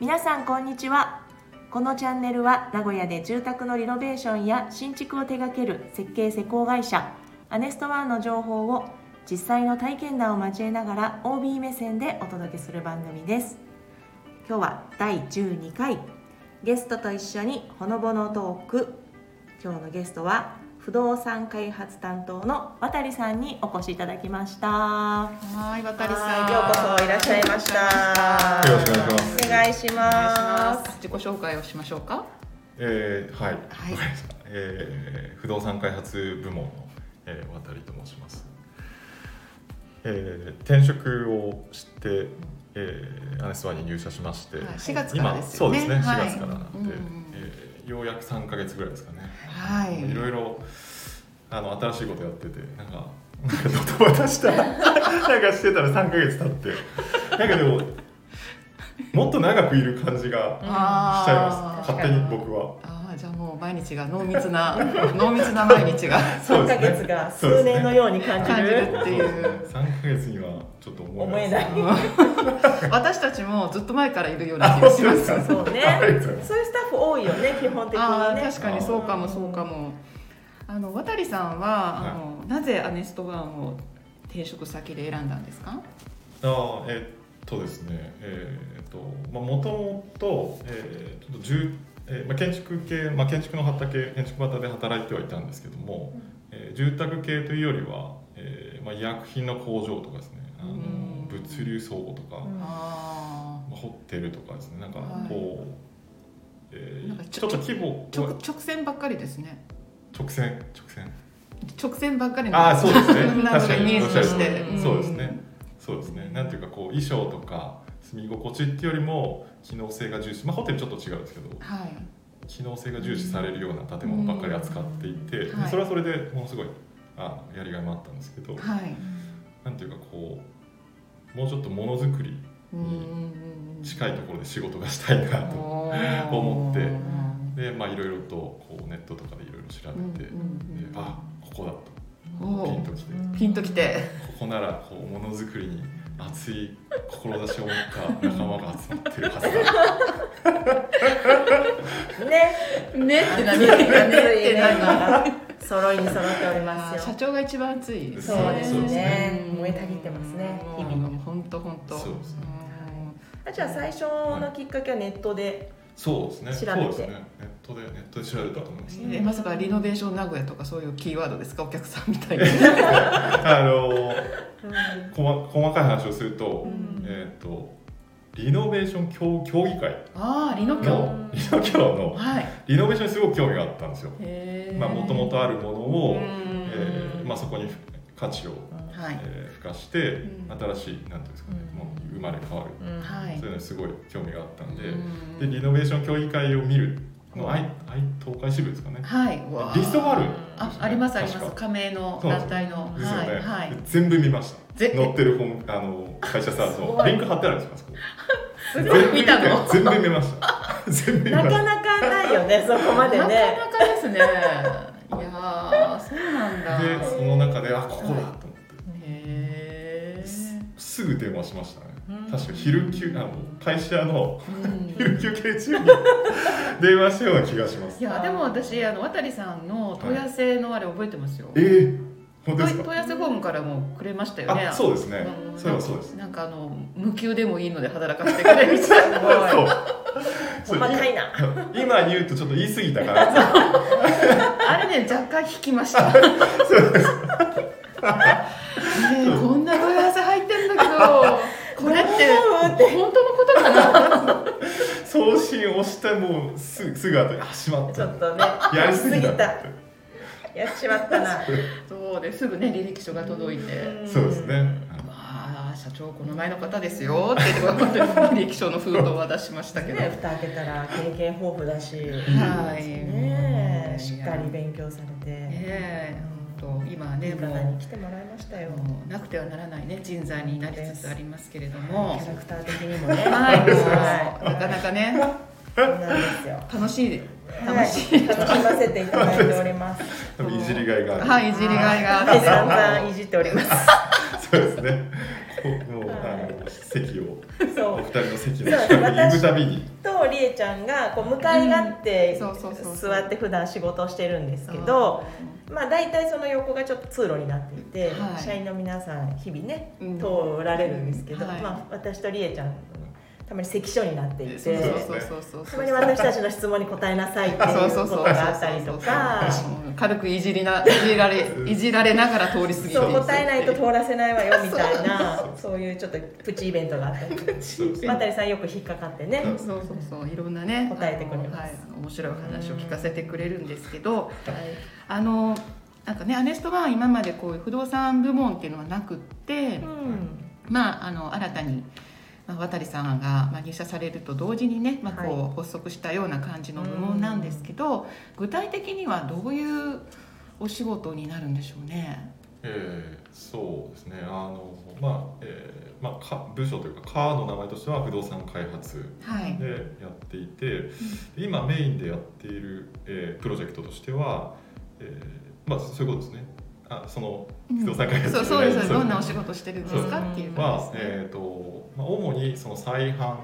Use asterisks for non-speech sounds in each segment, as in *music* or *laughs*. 皆さんこんにちはこのチャンネルは名古屋で住宅のリノベーションや新築を手掛ける設計施工会社アネストワンの情報を実際の体験談を交えながら OB 目線でお届けする番組です今日は第12回ゲストと一緒にほのぼのトーク今日のゲストは不動産開発担当の渡さんにお越しいただきましたはい、渡さはん、いようこそいらっしゃいましたよろしくお願いしますお願いしまお願いしますす。自己紹介をしましょうか。えー、はい、はいわかりましたえー不動産開発部門の、えー、渡利と申します、えー、転職をして、えー、アネスワに入社しまして、はい4月からですよね今そうですね、はい4月からなんで、うんうんえーようやく3か月ぐらいですかね、はもういろいろあの新しいことやっててなんかなんかドタバタした *laughs* なんかしてたら3か月経ってなんかでももっと長くいる感じがしちゃいます勝手に僕は。あーじゃあもう毎日が濃密な *laughs* 濃密な毎日が *laughs* そう3ヶですね月が数年のように感じ感じるるっていう三ヶ月にはちょっと思思ええなないい。私たちもずっと前からいるような気がしますああそうありねがとうございますそういうスタッフ多いよね基本的あにーね確かにそうかもそうかもあの渡さんはあの、なぜアネストワンを転職先で選んだんですかあーえっとですね、えーっとまあ元々えーちょっと住えーまあ建築系まあ建築の畑建築畑で働いてはいたんですけども、えー住宅系というよりは、えーまあ医薬品の工場とかですね、あのうん物流倉庫とか、うんあまあホテルとかですね、なんかこう、えーなんかちちょょっと規模ー直直線ばっかりですね直線直線。直線ばっかりあーそうです *laughs* ねなんか確かイメにーおジっしとゃるし通てりそうですねそうですねなんていうかこう衣装とか住み心地っていうよりも機能性が重視まあホテルちょっと違うんですけどはい機能性が重視されるような建物ばっかり扱っていて、うんはいそれはそれでものすごいあやりがいもあったんですけど、はいなんていうかこうもうちょっとものづくりうん近いところで仕事がしたいなと、思ってでまあいろいろとこうネットとかでいろいろ調べて、であここだとおピーンときてピンときてここならこうものづくりに熱い志を持った仲間が集まってるはずだねねってな熱るいねっねてなる今が揃いに揃っておりまあーす社よ長が一番熱いそうですねそうですね燃えたぎってますねうん日々もう本当本当そうですねあじゃあ最初のきっかけはネットでそうですね調べてそうですねネットでネットで調べたと思いますえねまさかリノベーション名古屋とかそういうキーワードですかお客さんみたいにあのこま細かい話をすると、んえっ、とリノベーション協協議会ああリノキョのリノ協のはいリノベーションにすごく興味があったんですよへーまあもともとあるものうをん、えーまあ、そこに価値を、はいえー付加してうん新しいなんていうんですかねうんものに生まれ変わるうんはいそういうのにすごい興味があったんで、うんでリノベーション協議会を見るの愛愛東海支部ですかねはいわーリストがあるんですよあねありますあり確ますか加盟のそうなん団です体のですよはね、いはい全部見ましたぜ載ってる本あの会社さんすごのいリンク貼ってあるんですよあそこすごい見たの全部見ました全部見まなしたかなかないよねそこまでなかねなかですねいやーそうなんだでその中であここだと思って、へーすぐ電話しましたねうん確か昼休あの会社のうん *laughs* 昼休憩中に電話したような気がしますいやでも私あの渡さんの問い合わせのあれ覚えてますよ、えー、本当問でいす問い合かわせフォームからもくれましたよねあそうですねんそういえばそうですなんかあの無給でもいいので働かせてくれみたいなすごいそう *laughs* 細かいな今言うとちょっと言い過ぎたからあれね若干引きました *laughs* ねえこんな問い合わせ入ってんだけどこれって本当のことかな送信をしてもうすぐすぐ後にあしまっちたょっとねやりすぎたややっちまったなそうですぐね履歴書が届いて、そうですね、まあ社長この前の方ですよって言って本当に履歴書の封筒を渡しましたけねど、蓋開けたら経験豊富だし、はいねえしっかりね勉強されて、え本当今ねね、も村田にう来てもらいましたよ、もうなくてはならないね人材になりつつありますけれどもキャラクター的にもね、はいもうなかなはかねい、そうなんですよ。楽しいは楽しいい、楽しませていただいております。多分いじりがいがある、はいいじりがいがあって散々いじっております。そうですね。もう、はいあの席をそお二う人の席のそう近くに行くたびに、とりえちゃんがこう向かい合ってうんそうそうそうそう座って普段仕事をしてるんですけどそまあ大体その横がちょっと通路になっていて、はい社員の皆さん日々ねうん通られるんですけど、うんはいまあ、私とりえちゃんたまに関所になっていて。そうそうそうそうたそまうに私たちの質問に答えなさいってそいううそうこそうとがあったりとかうん軽くいじりないじられいじられながら通り過ぎていそうく答えないと通らせないわよみたいなそういうちょっとプチイベントがあったりとか渡さんよく引っかかってねうんそうそうそういろんなね答えてくれますあのはい、あの面白いお話を聞かせてくれるんですけど、あのなんかねアネストは今までこういう不動産部門っていうのはなくって、うんまあ、あの新たに、まあ、渡さんがまあ入社されると同時にね、まあ、こう発足したような感じの部門なんですけど、具体的にはどういうお仕事になるんでしょうね。えーそうですね。あのまあ、えーまあか部署というか課の名前としては不動産開発はい、でやっていて、今メインでやっている、えープロジェクトとしては、えーまあそういうことですね。あその不動産開発そうそうですどんなお仕事してるんですそうかっていうは感、じですね。えーとまあ、主にその再販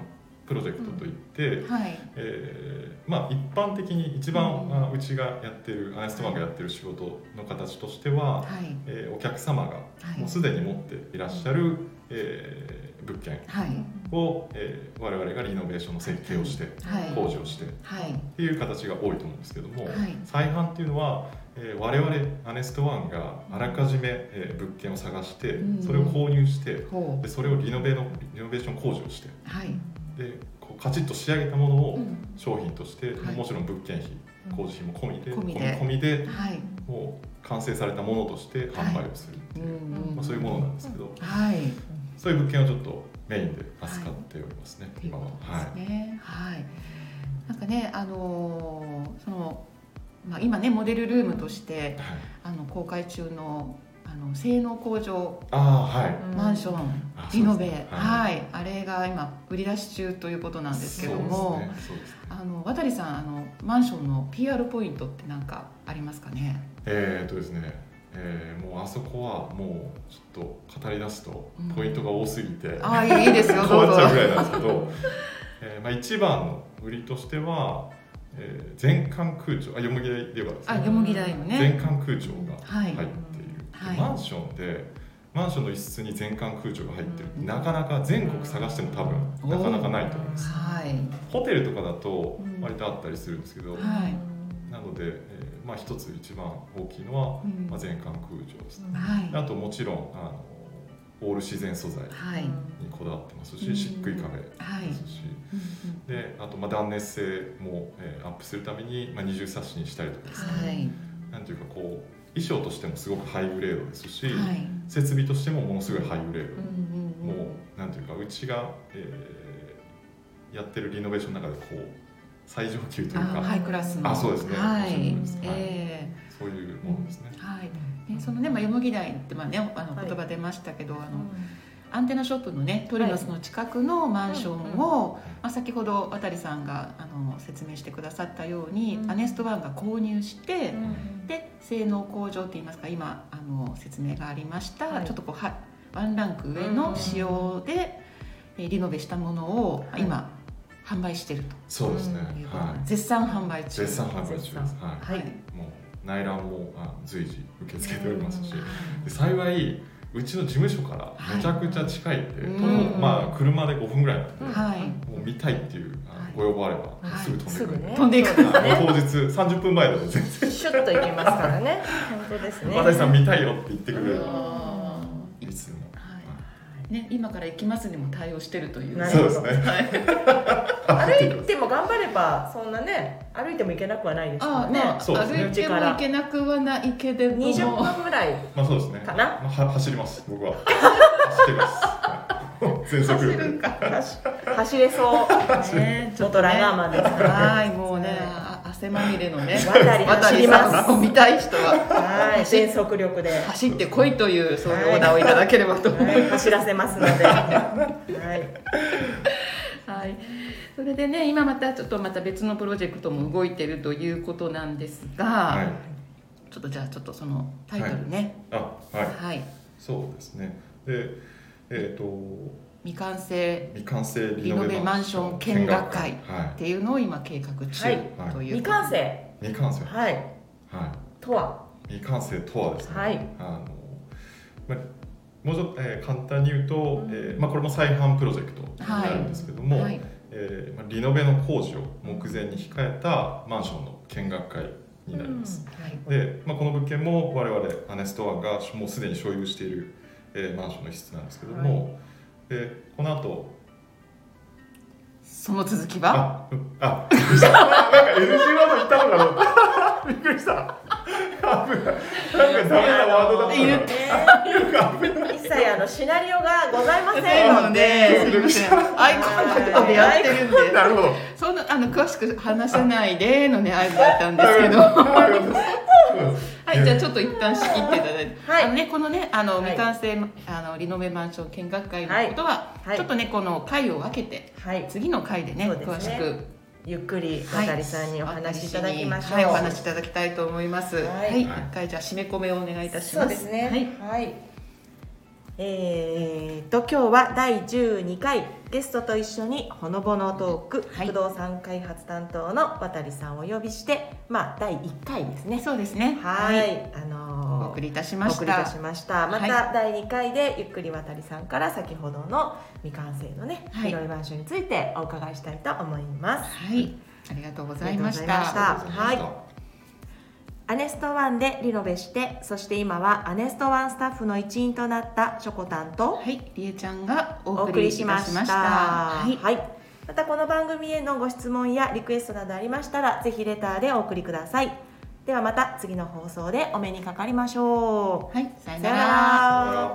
プロジェクトといって、はい、えーまあ、一般的に一番、うんあうちがやってるアネストマンがやってる仕事の形としては、はい、えーお客様がはいもうすでに持っていらっしゃる、えー物件はい、を、えー我々がリノベーションの設計をしてはい工事をしてっはい、ていう形が多いと思うんですけども、はい再販っていうのは、えー我々アネストワンがあらかじめ、えー物件を探して、うんそれを購入してほでそれをリノベのリノベーション工事をしてう、はい、でこうカチッと仕上げたものを、うん商品として、はいもちろん物件費工事費も込みで込みで込みではい、もう完成されたものとして販売をするっていう、んまあ、そういうものなんですけど、はい、そういう物件をちょっとメインで扱っておりますね、という今こは。とはですね。はい。なんかね、あのーそのまあ今ねモデルルームとしてい、はい、あの公開中のあの性能向上ああはいマンションあリノベ、そうですねは、はいあれが今売り出し中ということなんですけどそうも、ですねそうですねあの渡さんあのマンションの PR ポイントってなんかありますかね。えー、っとですね、えー、もうあそこはもうちょっと語り出すとうんポイントが多すぎて、ああいいいい *laughs* ですよ変どうわぞっち。ゃうぐらいなんですけど、えーまあ、一番の売りとしては、えー全館空調あよもぎで言えばですあねよもぎ台の全ね。館空調がはい。入っている、はいマンションでマンションの一室に全館空調が入ってるってうんなかなか全国探しても多分なかなかないと思いますはい。ホテルとかだとうん割とあったりするんですけど、はいなので、えーまあ、一つ一番大きいのは、うんまあ、全館空調です、はい。あともちろんあのオール自然素材はい。にこだわってますうんししっくい壁ではい。すし、であとまあ断熱性も、えーアップするために、まあ、二重サッシにしたりとかですね、はい。なんていうかこう衣装としてもすごくハイグレードですし、はい。設備としてもものすごいハイグレーうド、んうんうんもうなんていうかうちが、えーやってるリノベーションの中でこう最上級というあか、ハイクラスの。あそうですねはそういですね。えそういうものですねえ。はい。ねそのね、まあ、よもぎ台って、まあ、ね、あの、はい言葉出ましたけど、あの。アンテナショップのね、トリノスの近くのマンションを。まあ、先ほど、渡さんが、あの、説明してくださったようにう、んアネストワンが購入して。うんで性能向上って言いますか今あの説明がありました、はいちょっとこうはワンランク上の仕様で、えーリノベしたものをはい今、販売してるそうですね。ということ、はい。絶賛販売中絶賛販売中です。絶ははい、い。もう内覧もあ随時受け付けておりますし、で幸いうちの事務所からめちゃくちゃ近いんで、はいとてもまあ車で5分ぐらいなんで、うんはいもう見たいっていうあはいご要望あればいすぐ飛んでくするぐんで。ね飛んでいくそうすねもう当日30分前でも全然 *laughs* シュッといきますからね本当ですね私さん見たいよって言ってくれればはいつでもいね、今から行きますにも対応してるというなるそほうどですねはい、歩いても頑張ればそんなね歩いてもいけなくはないですからあねまあ、そうですね歩いても行けなくはないけれども20分ぐらいまあそうですねかなまあ、は走ります *laughs* 僕は走ってますはい全速走力るんでか走走れそうねちょっ元とねラガーマンですからはい、もうね、あ汗まみれのね、渡り走ります渡さんを見たい人ははい全速力で、は走ってこいというそのオーダーをいただければと思います。い、走らせますので、はい、はい、それでね、今またちょっとまた別のプロジェクトも動いてるということなんですが、はいちょっとじゃあちょっとそのタイトルね、あははいい、そうですねで、えー、と未完成未完成リリノノベベママンンシショョンン見見学学会会はっていうのを今計画中はいという、未完成い、未完成ははいいとは未完成とはですね、はいあのまあもうちょっと、えー簡単に言うと、うんえーまあ、これも再販プロジェクトになるんですけども、はいえーまあ、リノベの工事を目前に控えたマンションの見学会になります、はいで、まあ、この物件も我々アネストワンがもうすでに所有している、えーマンションの一室なんですけども、でこの後その続きはあうんあびっくりしたなんか NG ワード言ったのかな *laughs* びっくりした危ないなんかダメなワードだったな言っ一切あのシナリオがございませせーんのですいませんアイコンタクトでやってるんでなるほどそのあの詳しく話せないでのね合図だったんですけどはい、じゃあちょっと一旦仕切っていただいて、はいあのね、このね、あのはい未完成、あのリノベマンション見学会のことは、はいはいちょっとね、この回を分けて、はい次の回でね、そうですね詳しく、ゆっくりはい渡さんにお話しいただきましょうはい、お話しいただきたいと思います。ははいい、一回じゃあ締め込めをお願いいたします。そうですねはい、はい、えーっと今日は第12回ゲストと一緒にほのぼのトーク、はい不動産開発担当の渡さんをお呼びしてまあ第1回ですねそうですね。はい、はいあおのー送りいたしおまし。送りいたしたましたまた、は第2回でゆっくり渡さんから先ほどの未完成のねはい広いマンションについてお伺いしたいと思いますはい、ありがとうございましありがとうございましたた。はアネストワンでリノベしてそして今はアネストワンスタッフの一員となったしょこたんとはい、りえちゃんがおお送送りりいたししままししたた。は、はいい、またこの番組へのご質問やリクエストなどありましたらぜひレターでお送りくださいではまた次の放送でお目にかかりましょうはい、さよさなよなら。ら